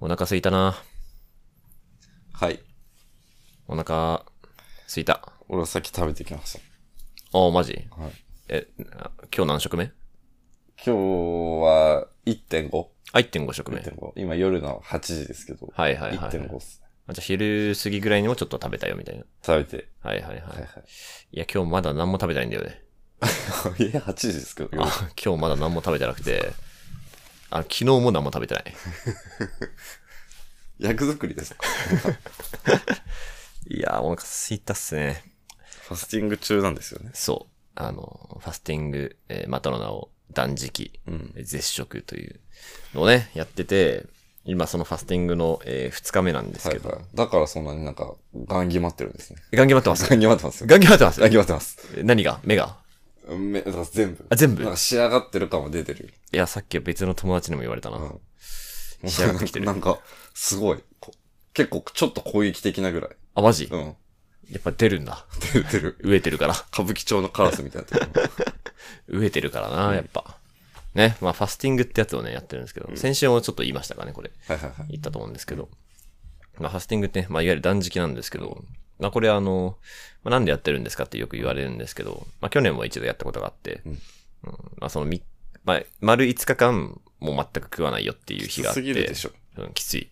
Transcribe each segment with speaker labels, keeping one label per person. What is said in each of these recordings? Speaker 1: お腹すいたな。
Speaker 2: はい。
Speaker 1: お腹すいた。あ
Speaker 2: 俺はさっき食べてきまし
Speaker 1: あ、マジ
Speaker 2: た。はい。
Speaker 1: え、な今日何食目
Speaker 2: 今日は 1.5?1.5
Speaker 1: あ、1.5食目。はい
Speaker 2: 今夜の8時ですけど。
Speaker 1: はいはい、はい。
Speaker 2: 1.5っすね。
Speaker 1: あじゃあ昼過ぎぐらいにもちょっと食べたよみたいな。
Speaker 2: 食べて。
Speaker 1: はいはいは
Speaker 2: はい
Speaker 1: い。
Speaker 2: はい
Speaker 1: や、今日まだ何も食べてないんだよね。
Speaker 2: い。家8時 ですけど。夜
Speaker 1: あ、 今日まだ何も食べてなくて。あ、昨日も何も食べてない。
Speaker 2: 役作りですか
Speaker 1: いやー、お腹すいたっすね。
Speaker 2: ファスティング中なんですよね。
Speaker 1: そう。あの、ファスティング、えーまたの名を断食、
Speaker 2: うん。
Speaker 1: 絶食というのをね、やってて、今そのファスティングの、え2日目なんです
Speaker 2: はい
Speaker 1: けど、
Speaker 2: はい。だからそんなになんか、ガン決まってるんですね。
Speaker 1: ガンギ待ってます。
Speaker 2: ガン決まってますよ。
Speaker 1: ガンギ待ってます
Speaker 2: ガン。決まってます。
Speaker 1: 何が目が
Speaker 2: め、だから全部。
Speaker 1: あ、全部
Speaker 2: なんか仕上がってる感は出てるよ。
Speaker 1: いや、さっき別の友達にも言われたな。
Speaker 2: うん
Speaker 1: 仕上がってきてる
Speaker 2: なんか、すごい。こ結構、ちょっと攻撃的なぐらい。
Speaker 1: あ、マジ、
Speaker 2: うん。
Speaker 1: やっぱ出るんだ。
Speaker 2: 出る出る。
Speaker 1: 飢えてるから。
Speaker 2: 歌舞伎町のカラスみたいなところ。
Speaker 1: 飢えてるからな、やっぱ。ね、まあ、ファスティングってやつをね、やってるんですけど、先週もちょっと言いましたかね、これ。
Speaker 2: はいはいはい。
Speaker 1: 言ったと思うんですけど。まあ、ファスティングってね、まあ、いわゆる断食なんですけど、まあ、これあの、まあ、なんでやってるんですかってよく言われるんですけど、まあ、去年も一度やったことがあって、
Speaker 2: うん
Speaker 1: うんまあ、そのみ、まあ、丸5日間、もう全く食わないよっていう日
Speaker 2: き
Speaker 1: があ
Speaker 2: つ
Speaker 1: って。
Speaker 2: すぎるでしょ。
Speaker 1: うん、きつい。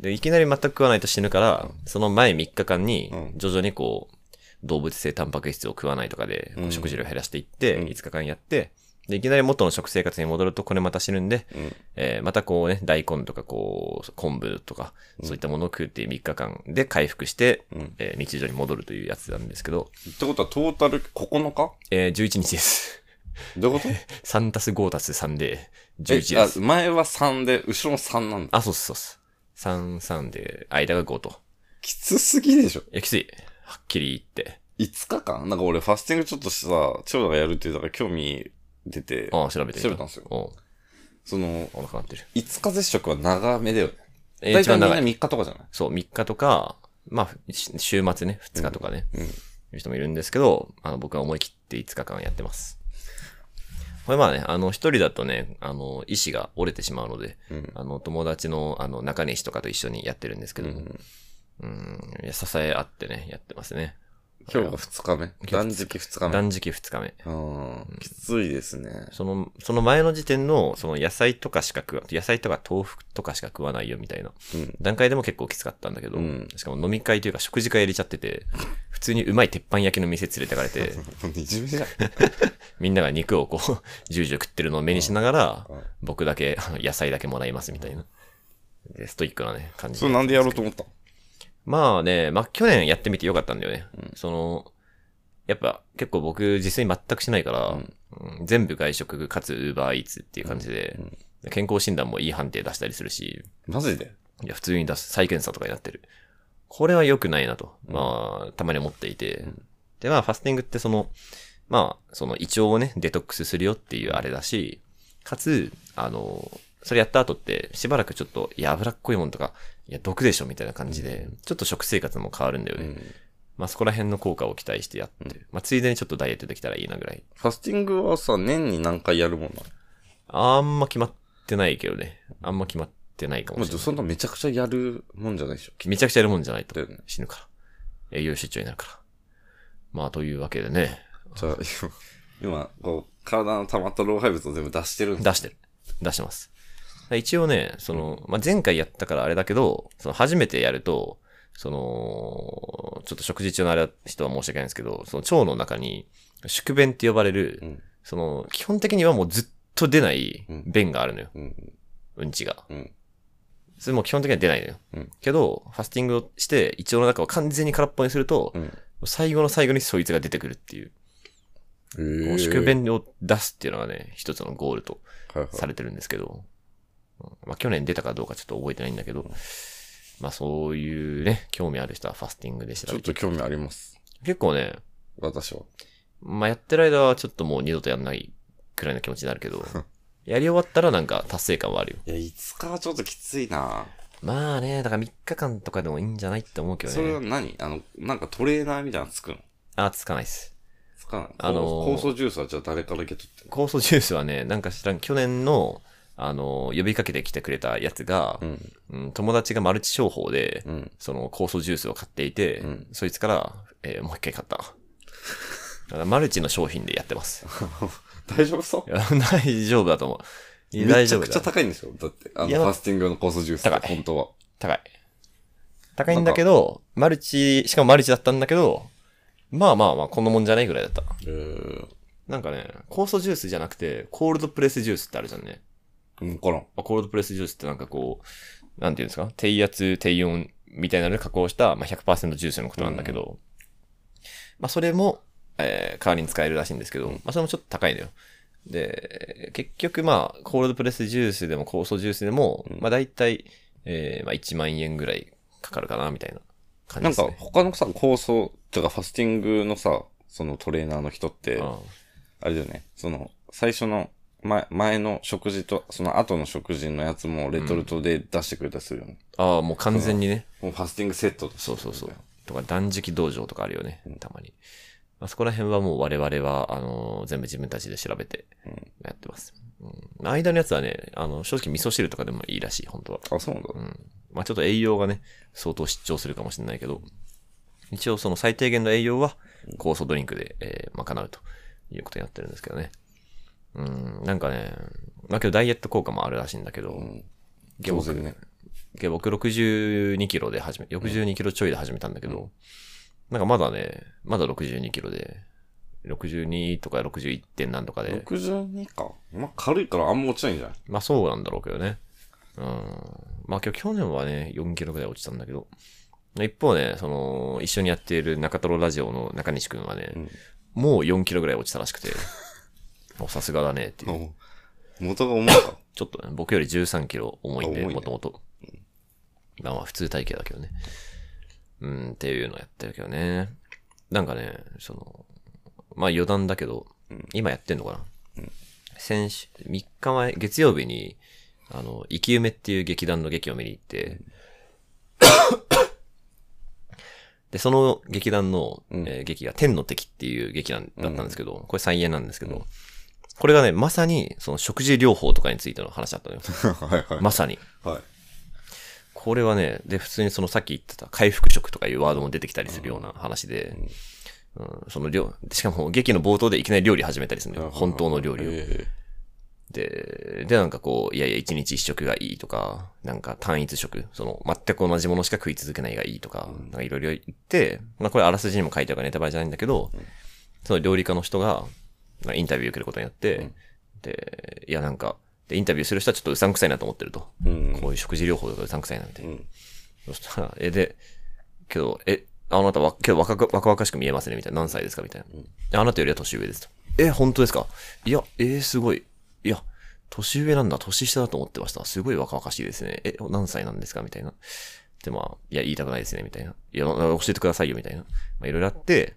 Speaker 1: で、いきなり全く食わないと死ぬから、その前3日間に
Speaker 2: う、ん
Speaker 1: 徐々にこう、動物性タンパク質を食わないとかで、こう
Speaker 2: うん
Speaker 1: 食事量減らしていって、
Speaker 2: うん
Speaker 1: 5日間やって、で、いきなり元の食生活に戻ると、これまた死ぬんで、
Speaker 2: うん。
Speaker 1: えーまたこうね、大根とかこう、昆布とか、そういったものを食うっていう3日間で回復して、
Speaker 2: うん。
Speaker 1: えー日常に戻るというやつなんですけど、
Speaker 2: ってことは、トータル9日
Speaker 1: えー11日です。
Speaker 2: どういうこ
Speaker 1: 3たす5たす3で、
Speaker 2: と
Speaker 1: 11
Speaker 2: え
Speaker 1: で
Speaker 2: あ
Speaker 1: す。
Speaker 2: 前は3で、後ろも3なんだ。
Speaker 1: あ、そうっすそうっす。3、3で、間が5と。
Speaker 2: きつすぎでしょ。
Speaker 1: いや、きつい。はっきり言って。
Speaker 2: 5日間なんか俺、ファスティングちょっとしてさ、千代田がやるって言うたから興味出て、
Speaker 1: ああ、調べてみ
Speaker 2: 調べたんですよ
Speaker 1: お
Speaker 2: その、
Speaker 1: お腹なってる。
Speaker 2: 5日絶食は長めだよね。
Speaker 1: えー
Speaker 2: 大
Speaker 1: 一
Speaker 2: 体
Speaker 1: 番
Speaker 2: みんな
Speaker 1: 長い。
Speaker 2: 3日とかじゃない
Speaker 1: そう、3日とか、まあ、ふし週末ね、2日とかね、
Speaker 2: うんうん
Speaker 1: いう人もいるんですけど、あの、僕は思い切って5日間やってます。これまあね、あの、一人だとね、あの、意志が折れてしまうので、
Speaker 2: うん。
Speaker 1: あの、友達の、あの、中西とかと一緒にやってるんですけ
Speaker 2: う
Speaker 1: ども、
Speaker 2: ん。
Speaker 1: うん、いや支え合ってね、やってますね。
Speaker 2: 今日が2日目。断食2日目。
Speaker 1: 断食2日目。
Speaker 2: うん。きついですね。
Speaker 1: その、その前の時点の、その野菜とかしか食わ、野菜とか豆腐とかしか食わないよみたいな
Speaker 2: うん
Speaker 1: 段階でも結構きつかったんだけど、
Speaker 2: うん
Speaker 1: しかも飲み会というか食事会入れちゃってて、普通にうまい鉄板焼きの店連れてかれて、
Speaker 2: いじめじゃん。
Speaker 1: みんなが肉をこう、 ジュージュー食ってるのを目にしながら、
Speaker 2: うんうん
Speaker 1: 僕だけ、あの野菜だけもらいますみたいな。でストイックなね、感じ。
Speaker 2: それなんでやろうと思ったの
Speaker 1: まあね、まあ去年やってみてよかったんだよね。
Speaker 2: うん
Speaker 1: その、やっぱ結構僕実際に全くしないから、
Speaker 2: うん
Speaker 1: うん全部外食かつウーバーイーツっていう感じで、
Speaker 2: うん
Speaker 1: 健康診断もいい判定出したりするし、
Speaker 2: マジで
Speaker 1: いや普通に出す、再検査とかになってる。これは良くないなと、
Speaker 2: うん
Speaker 1: まあ、たまに思っていて。
Speaker 2: うん
Speaker 1: で、まあ、ファスティングってその、まあ、その胃腸をね、デトックスするよっていうあれだし、かつ、あの、それやった後って、しばらくちょっと、いや、脂っこいもんとか、いや、毒でしょみたいな感じで、ちょっと食生活も変わるんだよ
Speaker 2: う
Speaker 1: ね。
Speaker 2: ん。
Speaker 1: まあ、そこら辺の効果を期待してやってる。まあ、ついでにちょっとダイエットできたらいいなぐらい。
Speaker 2: ファスティングはさ、年に何回やるもんなの
Speaker 1: あんま決まってないけどね。あんま決まってないか
Speaker 2: ま
Speaker 1: も
Speaker 2: あ、
Speaker 1: しれない。
Speaker 2: そんなめちゃくちゃやるもんじゃないでしょ。
Speaker 1: めちゃくちゃやるもんじゃないと
Speaker 2: だよね。
Speaker 1: 死ぬから。栄養失調になるから。まあ、というわけでね、
Speaker 2: じゃあ、今、こう、体の溜まった老廃物を全部出してるんだ。
Speaker 1: 出してる。出してます。一応ね、その、まあ、前回やったからあれだけど、その初めてやると、その、ちょっと食事中のあれだ人は申し訳ないんですけど、その腸の中に、宿便って呼ばれる、
Speaker 2: うん。
Speaker 1: その、基本的にはもうずっと出ない
Speaker 2: うん
Speaker 1: 便があるのよ。
Speaker 2: うん。
Speaker 1: うんちが。
Speaker 2: うん。
Speaker 1: それも基本的には出ないのよ。
Speaker 2: うん
Speaker 1: けど、ファスティングをして、胃腸の中を完全に空っぽにすると、
Speaker 2: うん。
Speaker 1: 最後の最後にそいつが出てくるっていう。
Speaker 2: え
Speaker 1: 宿便を出すっていうのがね、一つのゴールと
Speaker 2: はいはい。
Speaker 1: されてるんですけど、うんまあ去年出たかどうかちょっと覚えてないんだけど、まあそういうね、興味ある人はファスティングで調
Speaker 2: ちょ
Speaker 1: べ。
Speaker 2: ってと興味あります。
Speaker 1: 結構ね、
Speaker 2: 私は。
Speaker 1: まあやってる間はちょっともう二度とやんないくらいの気持ちになるけど、やり終わったらなんか達成感はあるよ。
Speaker 2: いや、5日はちょっときついな
Speaker 1: まあね、だから3日間とかでもいいんじゃないって思うけど
Speaker 2: それは
Speaker 1: ね。
Speaker 2: 何あの、なんかトレーナーみたいなのつくの
Speaker 1: あ、つかないっす。
Speaker 2: つかない。
Speaker 1: あのー
Speaker 2: 酵素ジュースはじゃあ誰から受け取って
Speaker 1: 酵素ジュースはね、なんか知らん、去年の、あの、呼びかけてきてくれたやつが
Speaker 2: う、ん。
Speaker 1: うん友達がマルチ商法で、
Speaker 2: うん。
Speaker 1: その酵素ジュースを買っていて、
Speaker 2: うん
Speaker 1: そいつから、えーもう一回買 った。だからマルチの商品でやってます。
Speaker 2: 大丈夫そ
Speaker 1: いや大丈夫だと思う。
Speaker 2: う
Speaker 1: いや大
Speaker 2: めち
Speaker 1: 丈
Speaker 2: ゃ
Speaker 1: 夫
Speaker 2: くちゃ
Speaker 1: だ。
Speaker 2: 高いんでしょだって、あの、
Speaker 1: い
Speaker 2: フ
Speaker 1: や
Speaker 2: ァスティング用の酵素ジュースって
Speaker 1: 高い
Speaker 2: 本当は。
Speaker 1: 高い。高いんだけど、マルチ、しかもマルチだったんだけど、まあまあまあ、こんなもんじゃないぐらいだった。
Speaker 2: えー、
Speaker 1: なんかね、酵素ジュースじゃなくて、コールドプレスジュースってあるじゃんね。
Speaker 2: うん、こらん。
Speaker 1: まあコールドプレスジュースってなんかこう、なんていうんですか低圧、低温みたいなので加工した、まあ、100%ジュースのことなんだけど、まあそれも、えー代わりに使えるらしいんですけど、
Speaker 2: うん
Speaker 1: まあそれもちょっと高いのよ。で、結局まあ、コールドプレスジュースでも酵素ジュースでも、
Speaker 2: うん
Speaker 1: まあ大体、えーまあ1万円ぐらいかかるかな、みたいな感じで
Speaker 2: なん
Speaker 1: す
Speaker 2: か
Speaker 1: ね。
Speaker 2: 他のさ、構想とかファスティングのさ、そのトレーナーの人って、あ
Speaker 1: うん
Speaker 2: れだよね、その、最初の前、前の食事と、その後の食事のやつもレトルトで出してくれたりするよね。
Speaker 1: ああ、もう完全にね。
Speaker 2: もうファスティングセットとして
Speaker 1: そうそうそう。とか、断食道場とかあるよね、たまに。まあ、そこら辺はもう我々は、あのー全部自分たちで調べて
Speaker 2: うん
Speaker 1: やってます。うん、間のやつはね、あの、正直味噌汁とかでもいいらしい、本当は。
Speaker 2: あ、そうなんだ。
Speaker 1: うん。まあちょっと栄養がね、相当失調するかもしれないけど、一応その最低限の栄養は、酵素ドリンクで、えー賄うということになってるんですけどね。うん、なんかね、まあけどダイエット効果もあるらしいんだけど、
Speaker 2: うん。
Speaker 1: 下僕
Speaker 2: 当然ね。
Speaker 1: で僕62キロで始め、62キロちょいで始めたんだけど、なんかまだね、まだ62キロで、62とか61点なんとかで、
Speaker 2: 62か。まあ、軽いからあんま落ちないんじゃない
Speaker 1: まあそうなんだろうけどね。うん。まあ今日、去年はね、4キロぐらい落ちたんだけど、一方ね、その、一緒にやっている中トロラジオの中西くんはね、
Speaker 2: ん
Speaker 1: もう4キロぐらい落ちたらしくて、 もうさすがだねっていう。
Speaker 2: お元が重いか。
Speaker 1: ちょっとね、僕より13キロ重いん
Speaker 2: あ
Speaker 1: で、
Speaker 2: 重いね
Speaker 1: もともと。まあまあ普通体型だけどね。うん、っていうのやってるけどね。なんかね、その、まあ余談だけど、
Speaker 2: うん
Speaker 1: 今やってんのかな、
Speaker 2: ん
Speaker 1: 先週、3日前、月曜日に、あの、生き埋めっていう劇団の劇を見に行って、で、その劇団の、
Speaker 2: うん
Speaker 1: えー劇が天の敵っていう劇団だったんですけど、これ再演なんですけど、これがね、まさに、その食事療法とかについての話だったの よ。
Speaker 2: はいはい。
Speaker 1: まさに。
Speaker 2: はい。
Speaker 1: これはね、で、普通にそのさっき言ってた回復食とかいうワードも出てきたりするような話で、うん、その料、しかも劇の冒頭でいきなり料理始めたりするのよ。本当の料理を。
Speaker 2: え
Speaker 1: で、で、なんかこう、いやいや、一日一食がいいとか、なんか単一食、その、全く同じものしか食い続けないがいいとか、なんかいろいろ言って、まあこれあらすじにも書いてあるからネタバレじゃないんだけど、その料理家の人が、まあインタビュー受けることになって、で、いやなんか、で、インタビューする人はちょっとうさんくさいなと思ってると。
Speaker 2: えうん。
Speaker 1: こういう食事療法とかうさんくさいなみたいうな。
Speaker 2: ん。
Speaker 1: そしたら、え、で、けど、え、あなたは、けど若く、若々しく見えますね、みたいな。何歳ですかみたいな。あなたよりは年上ですと。え、本当ですかいや、えーすごい。いや、年上なんだ、年下だと思ってました。すごい若々しいですね。え、何歳なんですかみたいな。で、まあ、いや、言いたくないですね、みたいな。いや、教えてくださいよ、みたいな。まあ、いろいろあって、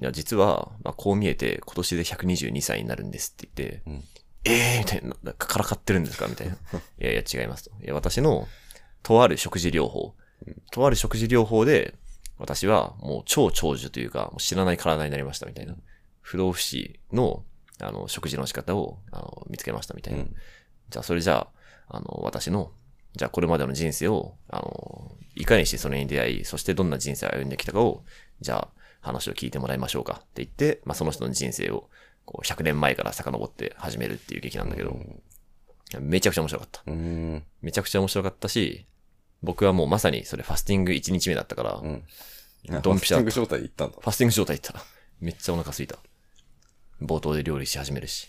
Speaker 1: いや、実は、まあ、こう見えて、今年で122歳になるんですって言って、
Speaker 2: うん
Speaker 1: ええー、みたいな、なからかってるんですかみたいな。いやいや、違いますと。いや、私の、とある食事療法。とある食事療法で、私はもう超長寿というか、もう知らない体になりましたみたいな。不老不死の、あの、食事の仕方を、あの、見つけましたみたいな。
Speaker 2: うん
Speaker 1: じゃあ、それじゃあ、あの、私の、じゃあ、これまでの人生を、あの、いかにしてそれに出会い、そしてどんな人生を歩んできたかを、じゃあ、話を聞いてもらいましょうかって言って、まあ、その人の人生を、こう、100年前から遡って始めるっていう劇なんだけど、めちゃくちゃ面白かった。
Speaker 2: うん。
Speaker 1: めちゃくちゃ面白かったし、僕はもうまさにそれファスティング1日目だったから、
Speaker 2: う
Speaker 1: フ
Speaker 2: ん。ドン
Speaker 1: ドン
Speaker 2: ピ
Speaker 1: ピシ
Speaker 2: シャ。ファステ
Speaker 1: ャ
Speaker 2: ィング状態行ったんだ。
Speaker 1: ァスティング状態いったら、めっちゃお腹空いた。冒頭で料理し始めるし。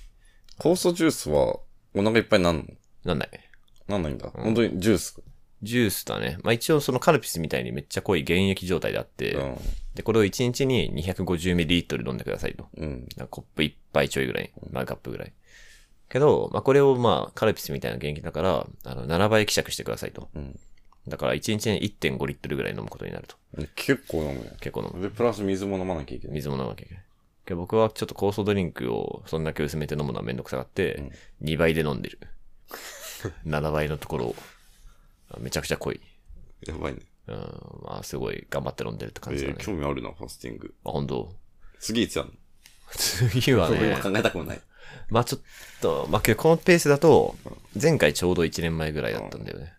Speaker 2: 酵素ジュースはお腹いっぱいになんの
Speaker 1: なんない。
Speaker 2: なんないんだ。本当にジュース。
Speaker 1: ジュースだね。まあ、一応そのカルピスみたいにめっちゃ濃い原液状態であって、
Speaker 2: うん。
Speaker 1: で、これを1日に 250ml 飲んでくださいと。
Speaker 2: うん。
Speaker 1: なんかコップ1杯ちょいぐらい。マグカップぐらい。けど、まあ、これをまあ、カルピスみたいな原液だから、あの、7倍希釈してくださいと。
Speaker 2: うん。
Speaker 1: だから1日に1.5リットルぐらい飲むことになると。
Speaker 2: 結構飲むね。
Speaker 1: 結構飲む。
Speaker 2: で、プラス水も飲まなきゃいけない。
Speaker 1: 水も飲まなきゃいけない。けど僕はちょっと酵素ドリンクをそんだけ薄めて飲むのはめんどくさがって、2倍で飲んでる。7倍のところを。あめちゃくちゃ濃い。
Speaker 2: やばいね。
Speaker 1: うん、まあすごい頑張って飲んでるって
Speaker 2: え
Speaker 1: 感じだね。
Speaker 2: ー興味あるな、ファスティング。
Speaker 1: まあ本当
Speaker 2: 次いつやんの
Speaker 1: 次は
Speaker 2: そう今
Speaker 1: ね、
Speaker 2: 考えたくもない。
Speaker 1: まあちょっと、まあけどこのペースだと、前回ちょうど1年前ぐらいだったんだよね。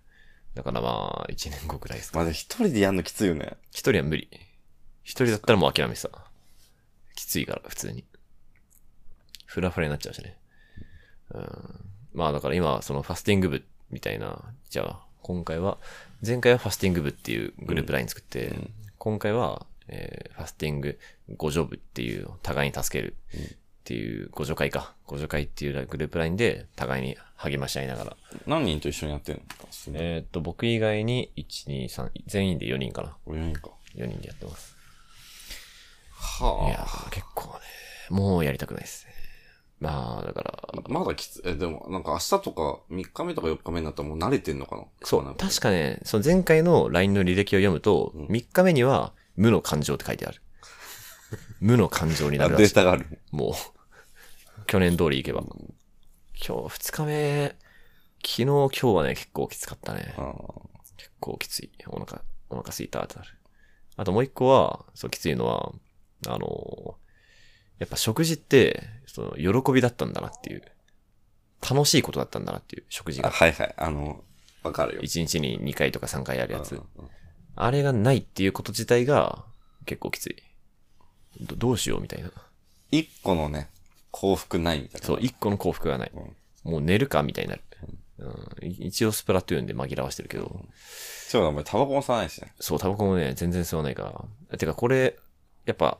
Speaker 1: だからまあ、1年後ぐらいですか。
Speaker 2: まあでも一人でやんのきついよね。
Speaker 1: 一人は無理。一人だったらもう諦めてた。きついから、普通に。フラフラになっちゃうしね。うん。まあだから今、そのファスティング部みたいな、じゃあ、今回は、前回はファスティング部っていうグループライン作って、
Speaker 2: うん
Speaker 1: 今回は、えーファスティング互助部っていう、互いに助ける
Speaker 2: うん
Speaker 1: っていう、互助会か。互助会っていうグループラインで、互いに励まし合いながら。
Speaker 2: 何人と一緒にやってんのえ
Speaker 1: えーっと、僕以外に、1、2、3、全員で4人かな。
Speaker 2: 4人か。
Speaker 1: 4人でやってます。いや
Speaker 2: は、
Speaker 1: 結構ね、もうやりたくないですね。まあ、だから、
Speaker 2: あ。まだきつい。え、でも、なんか明日とか3日目とか4日目になったらもう慣れてんのかな
Speaker 1: そう、
Speaker 2: 確
Speaker 1: 確かね、その前回の LINE の履歴を読むと、
Speaker 2: うん
Speaker 1: 3日目には、無の感情って書いてあ る。無の感情になるら
Speaker 2: デ
Speaker 1: し
Speaker 2: ー
Speaker 1: い。
Speaker 2: タがある。
Speaker 1: もう、去年通り行けば。今日2日目、昨日、今日はね、結構きつかったね
Speaker 2: あ。あ
Speaker 1: 結構きつい。お腹、お腹すいたってなる。あともう一個は、そう、きついのは、あの、やっぱ食事って、その、喜びだったんだなっていう。楽しいことだったんだなっていう、食事
Speaker 2: あ。
Speaker 1: が。
Speaker 2: はいはい。あの、わかるよ。
Speaker 1: 一日に2回とか3回やるや
Speaker 2: う
Speaker 1: つ
Speaker 2: ん。うん
Speaker 1: あれがないっていうこと自体が、結構きつい。どどうしようみたいな。
Speaker 2: 一個のね、幸福ないみたいな。
Speaker 1: そう、一個の幸福がない。
Speaker 2: うん
Speaker 1: もう寝るかみたいになる。うん、い一応スプラトゥーンで紛らわしてるけど、
Speaker 2: そうだ、お前タバコも吸わないしね。
Speaker 1: そう、タバコもね、全然吸わないから。てか、これ、やっぱ、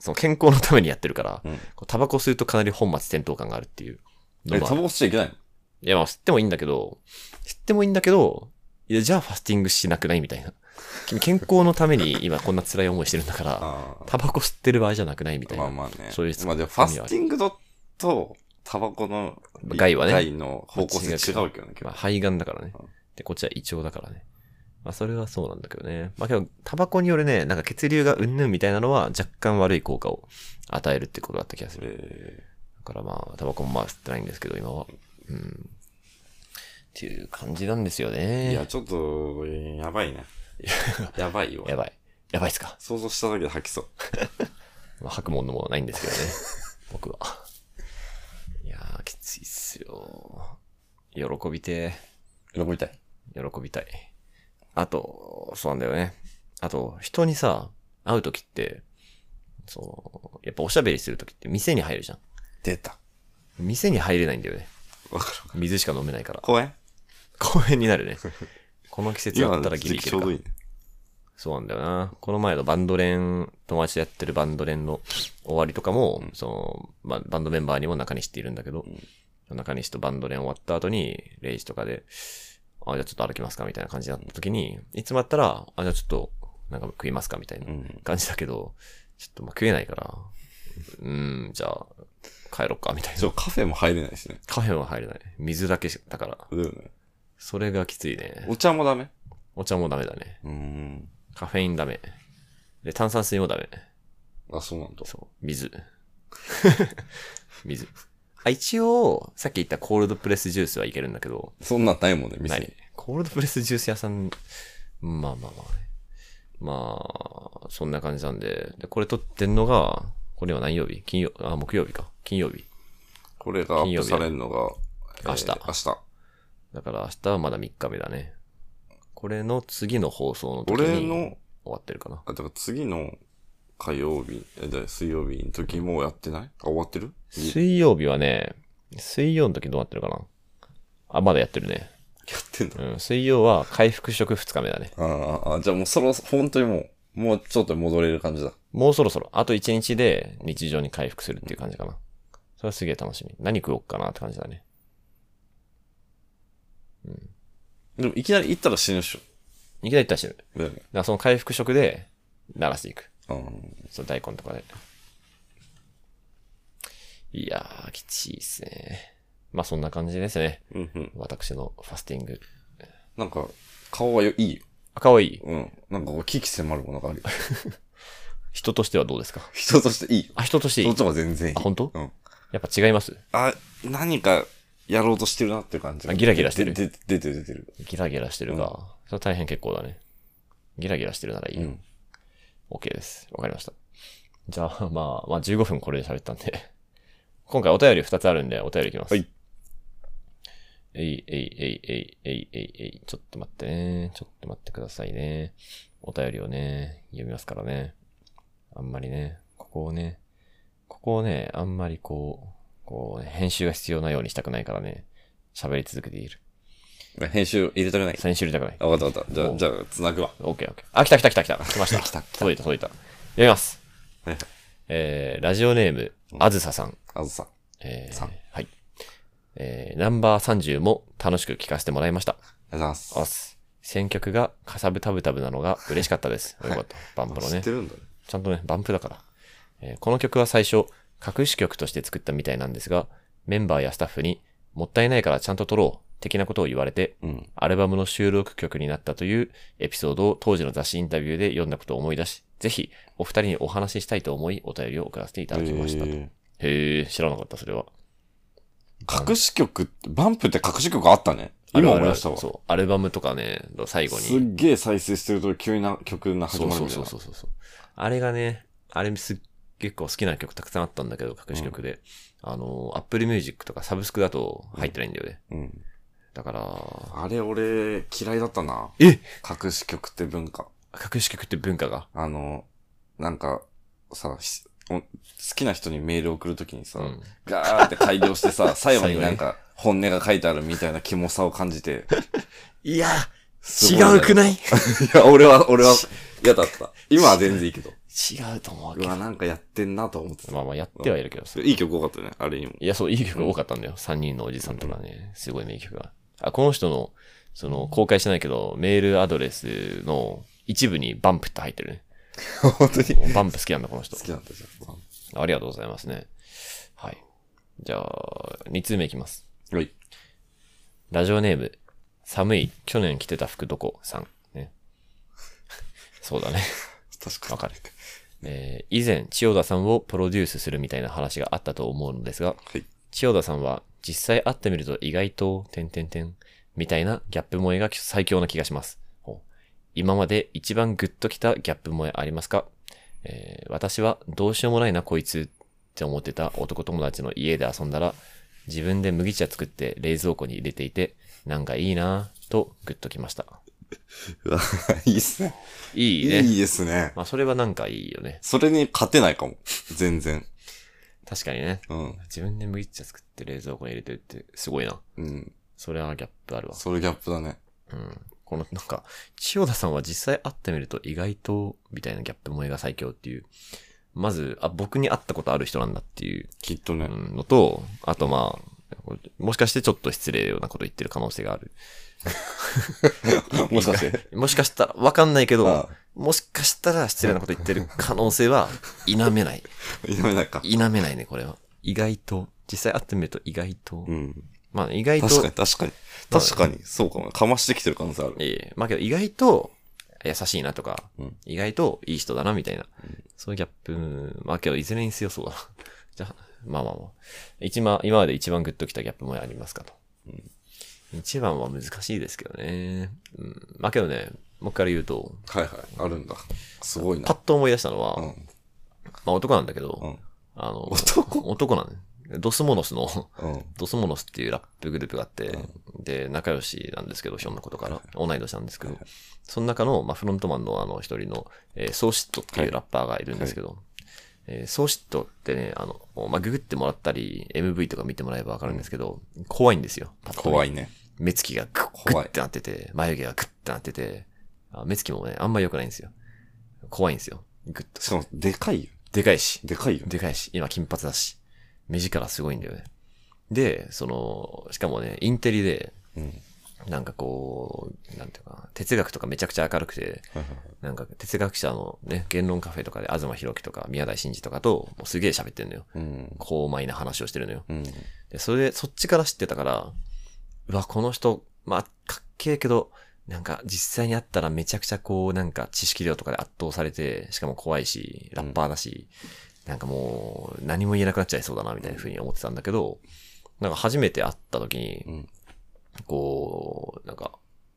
Speaker 1: その健康のためにやってるから、
Speaker 2: うん
Speaker 1: こうタバコ吸うとかなり本末転倒感があるっていうの
Speaker 2: え、
Speaker 1: もあ
Speaker 2: タ
Speaker 1: る
Speaker 2: バコ吸っちゃいけないの
Speaker 1: いや、まあ、吸ってもいいんだけど、吸ってもいいんだけど、いや、じゃあファスティングしなくないみたいな。君、健康のため に今こんな辛い思いしてるんだから、
Speaker 2: ああ。
Speaker 1: タバコ吸ってる場合じゃなくないみたいな。
Speaker 2: まあまあね。
Speaker 1: そういう
Speaker 2: まあでも、ファスティングと、と、タバコの、
Speaker 1: 害はね
Speaker 2: 害の方向性違うけどね、
Speaker 1: まあ、
Speaker 2: 結
Speaker 1: 肺がんだからね
Speaker 2: うん。
Speaker 1: で、こっちは胃腸だからね。まあ、それはそうなんだけどね。まあ、けど、タバコによるね、なんか血流がうんぬんみたいなのは若干悪い効果を与えるってことだった気がす
Speaker 2: 構
Speaker 1: る。
Speaker 2: え
Speaker 1: だからまあ、タバコもまあ吸ってないんですけど、今は。うん。っていう感じなんですよ
Speaker 2: ー
Speaker 1: ね。
Speaker 2: いや、ちょっと、やば いね。やばいよ。
Speaker 1: やばい。やばいっすか。
Speaker 2: 想像しただけで吐きそう。
Speaker 1: まあ、吐くもんのもないんですけどね。 僕は。いやー、きついっすよ。喜びて
Speaker 2: 喜びたい。
Speaker 1: ー、喜びたい。あと、そうなんだよね。あと、人にさ、会うときって、そう、やっぱおしゃべりするときって店に入るじゃん。
Speaker 2: 出た。
Speaker 1: 店に入れないんだよね。
Speaker 2: わかる。
Speaker 1: 水しか飲めないから。
Speaker 2: 公園
Speaker 1: 公園になるね。 この季節だ
Speaker 2: 今
Speaker 1: った
Speaker 2: の
Speaker 1: らギリい
Speaker 2: 時期
Speaker 1: け
Speaker 2: ち
Speaker 1: る
Speaker 2: ょう
Speaker 1: か
Speaker 2: どいいね。
Speaker 1: そうなんだよな。この前のバンド連、友達でやってるバンド連の終わりとかも、その、まあ、バンドメンバーにも中西っているんだけど、中西とバンド連終わった後に、0時とかで、あ、じゃあちょっと歩きますかみたいな感じになった時に、いつもやったら、あ、じゃあちょっと、なんか食いますかみたいな
Speaker 2: うん。
Speaker 1: 感じだけど、ちょっとまあ食えないから、うん、じゃあ、帰ろっか、みたい
Speaker 2: そ
Speaker 1: な。
Speaker 2: う、カフェも入れないしね。
Speaker 1: カフェは入れない。水だけしだから。
Speaker 2: だよね。
Speaker 1: それがきついね
Speaker 2: お。茶もダメ
Speaker 1: お茶もダメだね。
Speaker 2: うーん。
Speaker 1: カフェインダメ。で、炭酸水もダメ。
Speaker 2: あ、そうなんだ。
Speaker 1: そう。水。 水。あ、一応、さっき言ったコールドプレスジュースはいけるんだけど、
Speaker 2: そんなんないもんね、
Speaker 1: な
Speaker 2: 店に
Speaker 1: い。コールドプレスジュース屋さん、まあまあまあね。まあ、そんな感じなんで、で、これ撮ってんのが、これは何曜日金曜、あ、木曜日か。金曜日。
Speaker 2: これがアップされるのが、
Speaker 1: 金曜日
Speaker 2: えー明日。
Speaker 1: だから明日はまだ3日目だね。これの次の放送の時
Speaker 2: 俺
Speaker 1: に終
Speaker 2: の、
Speaker 1: わってるかな。
Speaker 2: あ、だから次の火曜日、え、だ水曜日の時もうやってないあ、終わってるや
Speaker 1: 水曜日はね、水曜の時どうなってるかなあ、まだやってるね。
Speaker 2: ってんだ。
Speaker 1: うん、水曜は回復食2日目だね。
Speaker 2: あーあー、じゃあもうそろ、本当にもう、もうちょっと戻れる感じだ。
Speaker 1: もうそろそろ、あと1日で日常に回復するっていう感じかな。それはすげえ楽しみ。何食おうかなって感じだね。
Speaker 2: でもいきなり行ったら死ぬっしょ。
Speaker 1: いきなり出してる。だか
Speaker 2: だよね。
Speaker 1: らその回復食で、鳴らしていく。
Speaker 2: うん。
Speaker 1: その大根とかで。いやー、きちいっすね。まあそんな感じですね。
Speaker 2: うんうん。
Speaker 1: 私のファスティング。
Speaker 2: なんか、顔がよ、いいよ。
Speaker 1: あ、かわいい。
Speaker 2: うん。なんかこう、危機迫るものがあるよ。
Speaker 1: 人としてはどうですか
Speaker 2: 人としていいよ。
Speaker 1: あ、人としてい
Speaker 2: そ
Speaker 1: い
Speaker 2: っちは全然いい。
Speaker 1: あ、本当？
Speaker 2: うん。
Speaker 1: やっぱ違います
Speaker 2: あ、何か、やろうとしてるなっていう感じが。
Speaker 1: あギラギラしてる
Speaker 2: でで出てる出てる。
Speaker 1: ギラギラしてるが、それは大変結構だね。ギラギラしてるならいいよ。
Speaker 2: うん。
Speaker 1: OK です。わかりました。じゃあ、まあ、まあ15分これで喋ったんで、 今回お便り2つあるんで、お便りいきます。
Speaker 2: はい。
Speaker 1: えい、えい、えい、えい、えい、えい、えい、ちょっと待ってね。ちょっと待ってくださいね。お便りをね、読みますからね。あんまりね、ここをね、ここをね、あんまりこう、こう、編集が必要なようにしたくないからね、喋り続けている。
Speaker 2: 編集入れたくない。
Speaker 1: 編集入れたくない。
Speaker 2: あ、わかったわかった。じゃ
Speaker 1: お
Speaker 2: あ、じゃあ、つなぐわ。
Speaker 1: オッケーオッケー。あ、来た来た来た来た。来ました。
Speaker 2: 来た来た
Speaker 1: 届いた届いた。読みます。
Speaker 2: はいはい
Speaker 1: えー、ラジオネーム、あずささん。
Speaker 2: あずさん。
Speaker 1: えー
Speaker 2: さん
Speaker 1: はい。えーナンバー30も楽しく聞かせてもらいました。
Speaker 2: ありがとうございます。
Speaker 1: あっす。選曲がかさぶたぶたぶなのが嬉しかったです。よかった。バンプの
Speaker 2: 知
Speaker 1: ね
Speaker 2: っ。てるんだね。
Speaker 1: ちゃんとね、バンプだから。えーこの曲は最初、隠し曲として作ったみたいなんですが、メンバーやスタッフに、もったいないからちゃんと撮ろう、的なことを言われて、
Speaker 2: うん。
Speaker 1: アルバムの収録曲になったというエピソードを当時の雑誌インタビューで読んだことを思い出し、ぜひお二人にお話ししたいと思いお便りを送らせていただきました。へ
Speaker 2: え
Speaker 1: え、知らなかった、それは。
Speaker 2: ー隠し曲って、バンプって隠し曲あったね。今思い出したわ。
Speaker 1: あるある
Speaker 2: す
Speaker 1: そう、アルバムとかね、最後に。
Speaker 2: っげえ再生してると急にな曲な始
Speaker 1: そ
Speaker 2: ま
Speaker 1: う
Speaker 2: る
Speaker 1: そ
Speaker 2: み
Speaker 1: うそ
Speaker 2: たいな
Speaker 1: う。そうそうそう。あれがね、あれすっ結構好きな曲たくさんあったんだけど、隠し曲で。あの、Apple Music とかサブスクだと入ってないんだよね。
Speaker 2: うん。
Speaker 1: だから、
Speaker 2: あれ俺嫌いだったな。
Speaker 1: え
Speaker 2: 隠し曲って文化。
Speaker 1: 隠し曲って文化が。
Speaker 2: あの、なんか、さ、しお好きな人にメール送るときにさ、
Speaker 1: うん。
Speaker 2: ガーって改良して さ、最
Speaker 1: 最
Speaker 2: 後
Speaker 1: 後
Speaker 2: に
Speaker 1: に
Speaker 2: なんか本音が書いてあるみたいなキモさを感じ て。
Speaker 1: いや、
Speaker 2: すごい な
Speaker 1: ない違
Speaker 2: いや、俺は、俺は嫌だった。今は全然いいけど。
Speaker 1: うと思うけ
Speaker 2: う
Speaker 1: ど
Speaker 2: わ、。なんかやってんなと思ってた。
Speaker 1: まあまあやってはいるけどさ。
Speaker 2: いい曲多かったね、あれにも。
Speaker 1: いや、そう、いい曲が多かったんだよ。3人のおじさんとかね。すごいね、いい曲が。あ、この人の、その、公開してないけど、メールアドレスの一部にバンプって入ってるね。
Speaker 2: 本当に。
Speaker 1: バンプ好きなんだ、この人
Speaker 2: 好。きなんだじゃ
Speaker 1: ありがとうございますね。はい。じゃあ、2通目いきます。
Speaker 2: ん。はい。
Speaker 1: ラジオネーム、寒い、去年着てた服どこさん。ね。そうだね。
Speaker 2: 確かに。
Speaker 1: わかる。えー以前、千代田さんをプロデュースするみたいな話があったと思うのですが、
Speaker 2: はい。
Speaker 1: 千代田さんは実際会ってみると意外と、てんてんてん、みたいなギャップ萌えが最強な気がします。ほう今まで一番グッときたギャップ萌えありますか、えー私はどうしようもないなこいつって思ってた男友達の家で遊んだら、自分で麦茶作って冷蔵庫に入れていて、なんかいいなぁとグッときました。
Speaker 2: うわ いいっすね。
Speaker 1: い
Speaker 2: い
Speaker 1: いね。
Speaker 2: いですね。
Speaker 1: まあそれはなんかいいよね。
Speaker 2: それに勝てないかも。全然。
Speaker 1: 確かにね。
Speaker 2: うん。
Speaker 1: 自分で麦茶作って冷蔵庫に入れてるってすごいな。
Speaker 2: うん。
Speaker 1: それはギャップあるわ。
Speaker 2: それギャップだね。
Speaker 1: うん。この、なんか、千代田さんは実際会ってみると意外と、みたいなギャップ萌えが最強っていう。まず、あ、僕に会ったことある人なんだっていう
Speaker 2: きっと
Speaker 1: う
Speaker 2: ね。
Speaker 1: んのと、あとまあ、もしかしてちょっと失礼なこと言ってる可能性がある。
Speaker 2: もしかして。
Speaker 1: もしかしたら、わかんないけ
Speaker 2: あ
Speaker 1: ど
Speaker 2: あ、
Speaker 1: もしかしたら失礼なこと言ってる可能性は否めない。
Speaker 2: やめないか。
Speaker 1: 否めないね、これは。意外と、実際会ってみると意外と、
Speaker 2: うん。
Speaker 1: まあ意外と、
Speaker 2: 確かに、確かに。確かに、そうかも。かましてきてる可能性ある。
Speaker 1: ええまあけど意外と優しいなとか、
Speaker 2: うん
Speaker 1: 意外といい人だなみたいな、そういうギャップ、うんまあけどいずれにせよそうだな。 じゃあ、まあまあまあ。一番、今まで一番グッときたギャップもありますかと。一番は難しいですけどね。うん、まあけどね、僕から言うと、
Speaker 2: はいはい。あるんだ。すごい
Speaker 1: パ
Speaker 2: な
Speaker 1: ッ。と思い出したのは、
Speaker 2: うん。
Speaker 1: まあ男なんだけど、
Speaker 2: うん。
Speaker 1: あの、
Speaker 2: 男
Speaker 1: 男なんだよドスモノスの、
Speaker 2: うん。
Speaker 1: ドスモノスっていうラップグループがあって、で、仲良しなんですけど、ひょんなことから、同い年なんですけど、
Speaker 2: はい
Speaker 1: その中の、まあ、フロントマンのあの一人の、えーソーシットっていうラッパーがいるんですけど、えーソーシットってね、あの、まあ、ググってもらったり、MV とか見てもらえばわかるんですけど、怖いんですよ。
Speaker 2: 怖
Speaker 1: い。
Speaker 2: いね。
Speaker 1: 目つきがグッグッってなってて、眉毛がグッってなってて、あ目つきもね、あんま良くないんですよ。怖いんですよ。グッと。
Speaker 2: しかも、でかいよ。
Speaker 1: でかいし。
Speaker 2: でかいよ。
Speaker 1: でかいし、今金髪だし、目力すごいんだよね。で、その、しかもね、インテリで、
Speaker 2: うん。はい
Speaker 1: なんかこう、なんていうかな、哲学とかめちゃくちゃ明るくて、
Speaker 2: はい
Speaker 1: なんか哲学者のね、言論カフェとかで東博樹とか宮台真司とかと、もうすげえ喋ってんのよ。
Speaker 2: はい。うん。
Speaker 1: 高邁な話をしてるのよ。
Speaker 2: うん。
Speaker 1: で、それで、そっちから知ってたから、うわ、この人、まあ、かっけえけど、なんか、実際に会ったらめちゃくちゃこう、なんか、知識量とかで圧倒されて、しかも怖いし、ラッパーだし、なんかもう、何も言えなくなっちゃいそうだな、みたいな風に思ってたんだけど、なんか初めて会った時に
Speaker 2: う、ん。
Speaker 1: こう、なんか、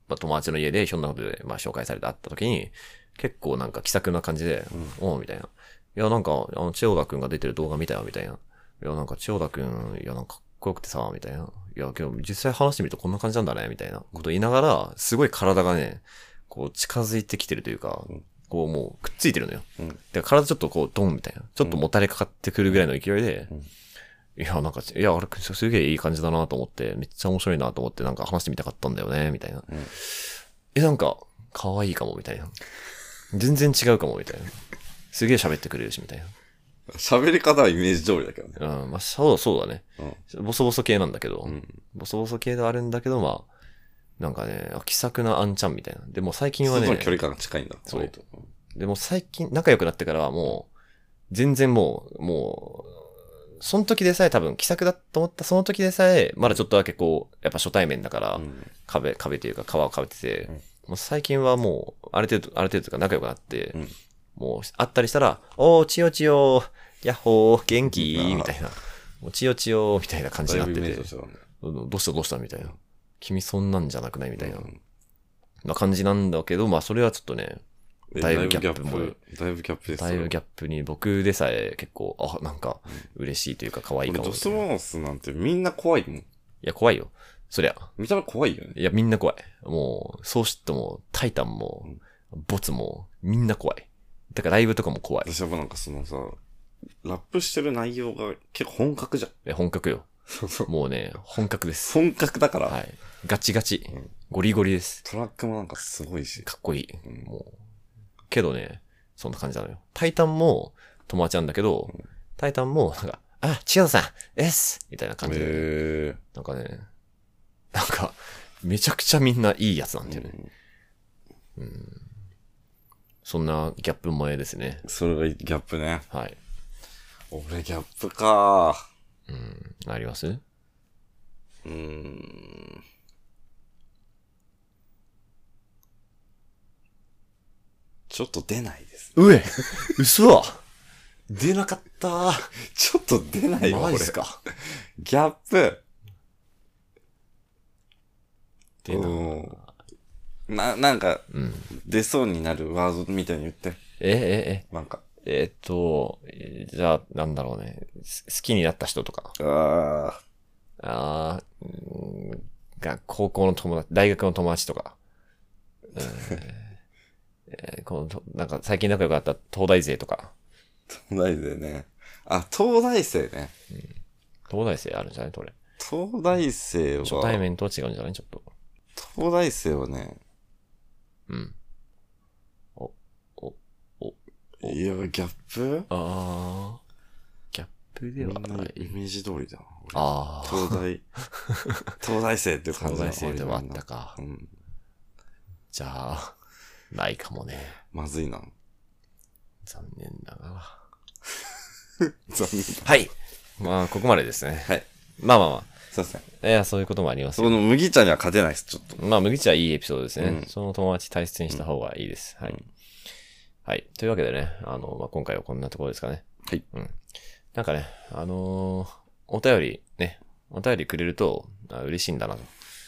Speaker 1: まあ、友達の家でひょんなことで、まあ、紹介されて会った時に、結構なんか気さくな感じで、おうみたいな。いや、なんか、あの、千代田くんが出てる動画見たよ、みたいな。いや、なんか千代田くん、いや、なんかかっこよくてさ、みたいな。いや、けど実際話してみるとこんな感じなんだね、みたいなこと言いながら、すごい体がね、こう近づいてきてるというか
Speaker 2: うん、
Speaker 1: こうもうくっついてるのよ。
Speaker 2: うん
Speaker 1: だから体ちょっとこうドンみたいな。ちょっともたれかかってくるぐらいの勢いで
Speaker 2: うん、
Speaker 1: いや、なんか、いや、あれ、すげえいい感じだなと思って、めっちゃ面白いなと思って、なんか話してみたかったんだよね、みたいな。
Speaker 2: うん
Speaker 1: え、なんか、可愛いかも、みたいな。全然違うかも、みたいな。すげえ喋ってくれるし、みたいな。
Speaker 2: 喋り方はイメージ通りだけどね。
Speaker 1: うん、まあ、そう、そうだね。ボソボソ系なんだけど、
Speaker 2: うん。うん。
Speaker 1: ボソボソ系ではあるんだけど、まあ、なんかね、あ気さくなあんちゃんみたいな。でも最近は
Speaker 2: 外
Speaker 1: ね
Speaker 2: の、距離感が近いんだ、
Speaker 1: そう
Speaker 2: それと。うん
Speaker 1: でも最近仲良くなってからはもう、全然もう、もう、その時でさえ多分気さくだと思ったその時でさえ、まだちょっとだけこう、やっぱ初対面だから、
Speaker 2: うん
Speaker 1: 壁、壁というか皮をかぶってて、
Speaker 2: うん
Speaker 1: もう最近はもう、ある程度、ある程度というか仲良くなって、
Speaker 2: うん
Speaker 1: もう、会ったりしたら、おー、ちよちよやっほー、元気
Speaker 2: あー
Speaker 1: みたいな。もう、ちよちよみたいな感じに
Speaker 2: だ
Speaker 1: ないっ
Speaker 2: ぶイ
Speaker 1: て
Speaker 2: メ
Speaker 1: て
Speaker 2: ージ、通りだね。
Speaker 1: うんどうしたどうしたみたいな。君そんなんじゃなくないみたいな、
Speaker 2: うん
Speaker 1: な感じなんだけど、まあ、それはちょっとね、
Speaker 2: え
Speaker 1: だい
Speaker 2: だい
Speaker 1: ぶ
Speaker 2: ぶ
Speaker 1: ギ
Speaker 2: ギ
Speaker 1: ャ
Speaker 2: ャ
Speaker 1: ッ
Speaker 2: ッ
Speaker 1: プ
Speaker 2: プ
Speaker 1: も
Speaker 2: だいぶギャップです。
Speaker 1: だいぶギ
Speaker 2: ャッ
Speaker 1: ャップに僕でさえ結構、あ、なんか、嬉しいというか可愛いかも。み
Speaker 2: 俺、ドス
Speaker 1: たいない
Speaker 2: モノスなんてみんな怖いもん。
Speaker 1: や、怖いよ。そりゃ。
Speaker 2: 見た目怖いよね。
Speaker 1: いや、みんな怖い。もう、ソーシットも、タイタンも、ボツも、みんな怖い。だからライブとかも怖い。
Speaker 2: 私はもうなんかそのさ、ラップしてる内容が結構本格じゃん。
Speaker 1: え本格よ。
Speaker 2: そうそう。
Speaker 1: もうね、本格です。
Speaker 2: 本格だから、
Speaker 1: はい。ガチガチ
Speaker 2: うん。
Speaker 1: ゴリゴリです。
Speaker 2: トラックもなんかすごいし。
Speaker 1: かっこいい。
Speaker 2: うん
Speaker 1: もう。けどね、そんな感じなのよ。タイタンも友達なんだけど、タイタンも、なんか、あ、千代田さん、ですみたいな感じで、
Speaker 2: へ
Speaker 1: なんかね、なんか、めちゃくちゃみんないいやつなんだ
Speaker 2: ー
Speaker 1: よね。そんなギャップ萌えですね。
Speaker 2: それがギャップね。
Speaker 1: はい。
Speaker 2: 俺ギャップか
Speaker 1: うん。あります
Speaker 2: うーん。ちょっと出ないです。
Speaker 1: うえ嘘だ
Speaker 2: 出なかったー。ちょっと出ないわ、
Speaker 1: マジ
Speaker 2: 俺
Speaker 1: っ。すか。
Speaker 2: ギャップ。
Speaker 1: 出な
Speaker 2: うんな、なんか、
Speaker 1: うん。
Speaker 2: 出そうになるワードみたいに言って。
Speaker 1: え、え、
Speaker 2: なんか、
Speaker 1: え、えーっと、えーじゃあ、なんだろうね。す好きになった人とか。
Speaker 2: ああ、
Speaker 1: あーうーんが、高校の友達、大学の友達とか。うん えーこのと、なんか最近仲良くなった東大生とか。
Speaker 2: 東大生ね。あ、東大生ね。
Speaker 1: 東大生あるんじゃないこれ。
Speaker 2: 東大生は、
Speaker 1: 初対面とは違うんじゃないちょっと。
Speaker 2: 東大生はね、
Speaker 1: うん。
Speaker 2: いや、ギャップ
Speaker 1: あー。ギャップではな
Speaker 2: イ
Speaker 1: い。
Speaker 2: メージ通りだな。俺
Speaker 1: あー。
Speaker 2: 東 大、東大生っていう感
Speaker 1: 東
Speaker 2: じだ
Speaker 1: 大生ではあった
Speaker 2: か。
Speaker 1: か
Speaker 2: う。ん、
Speaker 1: じゃあ、ないかもね。
Speaker 2: まずいな。
Speaker 1: 残念ながら。
Speaker 2: 残念だ。
Speaker 1: はい。まあ、ここまでですね。
Speaker 2: はい。
Speaker 1: まあまあます
Speaker 2: いません。
Speaker 1: あ。いや、そういうこともあります
Speaker 2: そ
Speaker 1: よ
Speaker 2: この麦茶には勝てないです、ちょっと。
Speaker 1: まあ、麦茶はいいエピソードですね。
Speaker 2: うん
Speaker 1: その友達大切にした方がいいです。は
Speaker 2: う
Speaker 1: い
Speaker 2: ん。
Speaker 1: はい。というわけでね、あの、まあ、今回はこんなところですかね。
Speaker 2: はい。
Speaker 1: うん。なんかね、あのーお便りね、お便りくれると、あ嬉しいんだなと。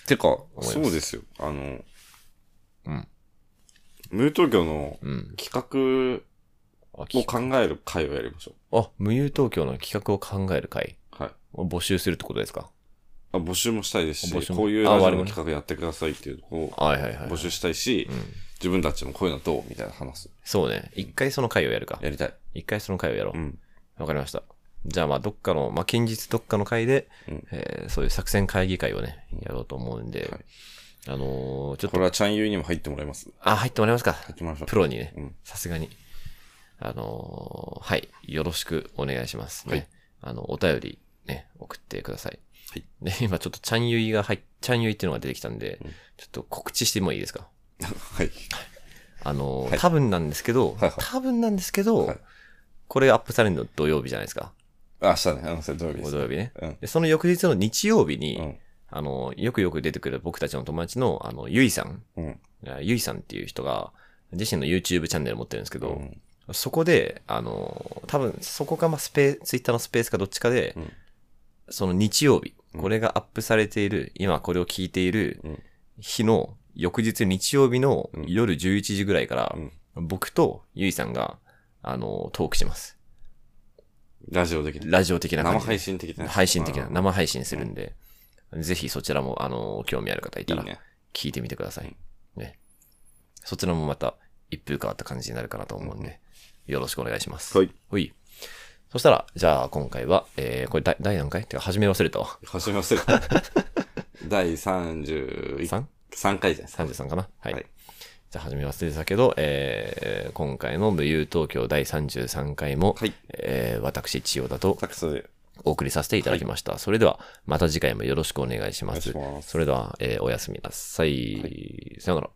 Speaker 2: てか、
Speaker 1: ます
Speaker 2: そうですよ。あの、
Speaker 1: うん。
Speaker 2: ムー東京の
Speaker 1: うん。
Speaker 2: 企
Speaker 1: あ、
Speaker 2: 画を
Speaker 1: き
Speaker 2: 考える会をやりましょ
Speaker 1: あ無友東京の企画を考える会
Speaker 2: う。はい。
Speaker 1: を募集するってことですか
Speaker 2: あ募集もしたいです
Speaker 1: 募集
Speaker 2: し、
Speaker 1: も
Speaker 2: こういうラジ
Speaker 1: あ
Speaker 2: オ
Speaker 1: 我々
Speaker 2: の
Speaker 1: ね
Speaker 2: 企画やってくださいっていうのを
Speaker 1: はいはいはい。
Speaker 2: 募集したいし、
Speaker 1: うん。
Speaker 2: 自分たちもこういうのどうみたいな話す。
Speaker 1: そうね。一回その会をやるか。
Speaker 2: やりたい。
Speaker 1: 一回その会をやろう
Speaker 2: う。ん。
Speaker 1: わかりました。じゃあまあどっかの、まあ近日どっかの会で、
Speaker 2: うん
Speaker 1: えーそういう作戦会議会をね、やろうと思うんで、
Speaker 2: はい
Speaker 1: あのーちょっ、
Speaker 2: ことれはちゃんゆうにも入ってもらいます。
Speaker 1: あ、入ってもらえますか。
Speaker 2: 入ってもらいましょう。
Speaker 1: プロにね
Speaker 2: うん、
Speaker 1: さすがに。あのーはい、よろしくお願いします、ね。
Speaker 2: はい
Speaker 1: あの、お便りね、送ってください。
Speaker 2: はい
Speaker 1: で、今ちょっとちゃんゆいが入っ、ちゃんゆいっていうのが出てきたんで、
Speaker 2: うん
Speaker 1: ちょっと告知してもいいですか
Speaker 2: はい。
Speaker 1: あのー
Speaker 2: はい
Speaker 1: 多分なんですけど、
Speaker 2: はいはい
Speaker 1: 多分なんですけど、
Speaker 2: はい
Speaker 1: これアップされるの土曜日じゃないですか。
Speaker 2: あ明日ね、あの、土曜日で
Speaker 1: 土
Speaker 2: す。
Speaker 1: 曜日ね。
Speaker 2: うん。
Speaker 1: で、その翌日の日曜日に、
Speaker 2: うん。
Speaker 1: あの、よくよく出てくる僕たちの友達の、あの、ゆいさん、
Speaker 2: うん。
Speaker 1: あゆいさんっていう人が、自身の YouTube チャンネル持ってるんですけ
Speaker 2: う
Speaker 1: ど、
Speaker 2: ん
Speaker 1: そこで、あの、多分そこが、まあ、スペース、ツイッターのスペースかどっちかで、
Speaker 2: うん
Speaker 1: その日曜日、
Speaker 2: うん
Speaker 1: これがアップされている、今これを聞いている
Speaker 2: うん
Speaker 1: 日の、翌日日曜日の
Speaker 2: うん
Speaker 1: 夜11時ぐらいから
Speaker 2: う、ん
Speaker 1: 僕とゆいさんが、あの、トークします。
Speaker 2: ラジオ的な。
Speaker 1: ラジオ的な感
Speaker 2: 生
Speaker 1: じで
Speaker 2: 配。信的な。
Speaker 1: 配信的な、
Speaker 2: うん
Speaker 1: 生配信するんで、ぜひそちらも、あの、興味ある方いた
Speaker 2: いい
Speaker 1: ら、
Speaker 2: ね。
Speaker 1: 聞いてみてください。ね。そちらもまた、一風変わった感じになるかなと思うんで、よろしくお願いします。
Speaker 2: はい。
Speaker 1: ほい。そしたら、じゃあ今回は、えー、これ第第何回てか、始め忘れたわ。
Speaker 2: 始めません。 第31
Speaker 1: 3?33
Speaker 2: 3回じゃないですか。
Speaker 1: かなはい。
Speaker 2: はい
Speaker 1: じゃあ始め忘れてたけど、えー、今回の無憂東京第33回も、
Speaker 2: はい。
Speaker 1: えー、私、千代田と
Speaker 2: タクソで
Speaker 1: お送りさせていただきました。それでは、また次回もよろしくお願いし
Speaker 2: お
Speaker 1: ま
Speaker 2: 願い
Speaker 1: す
Speaker 2: し。ます。
Speaker 1: それでは、えーおやすみなさい。
Speaker 2: は
Speaker 1: さよなら。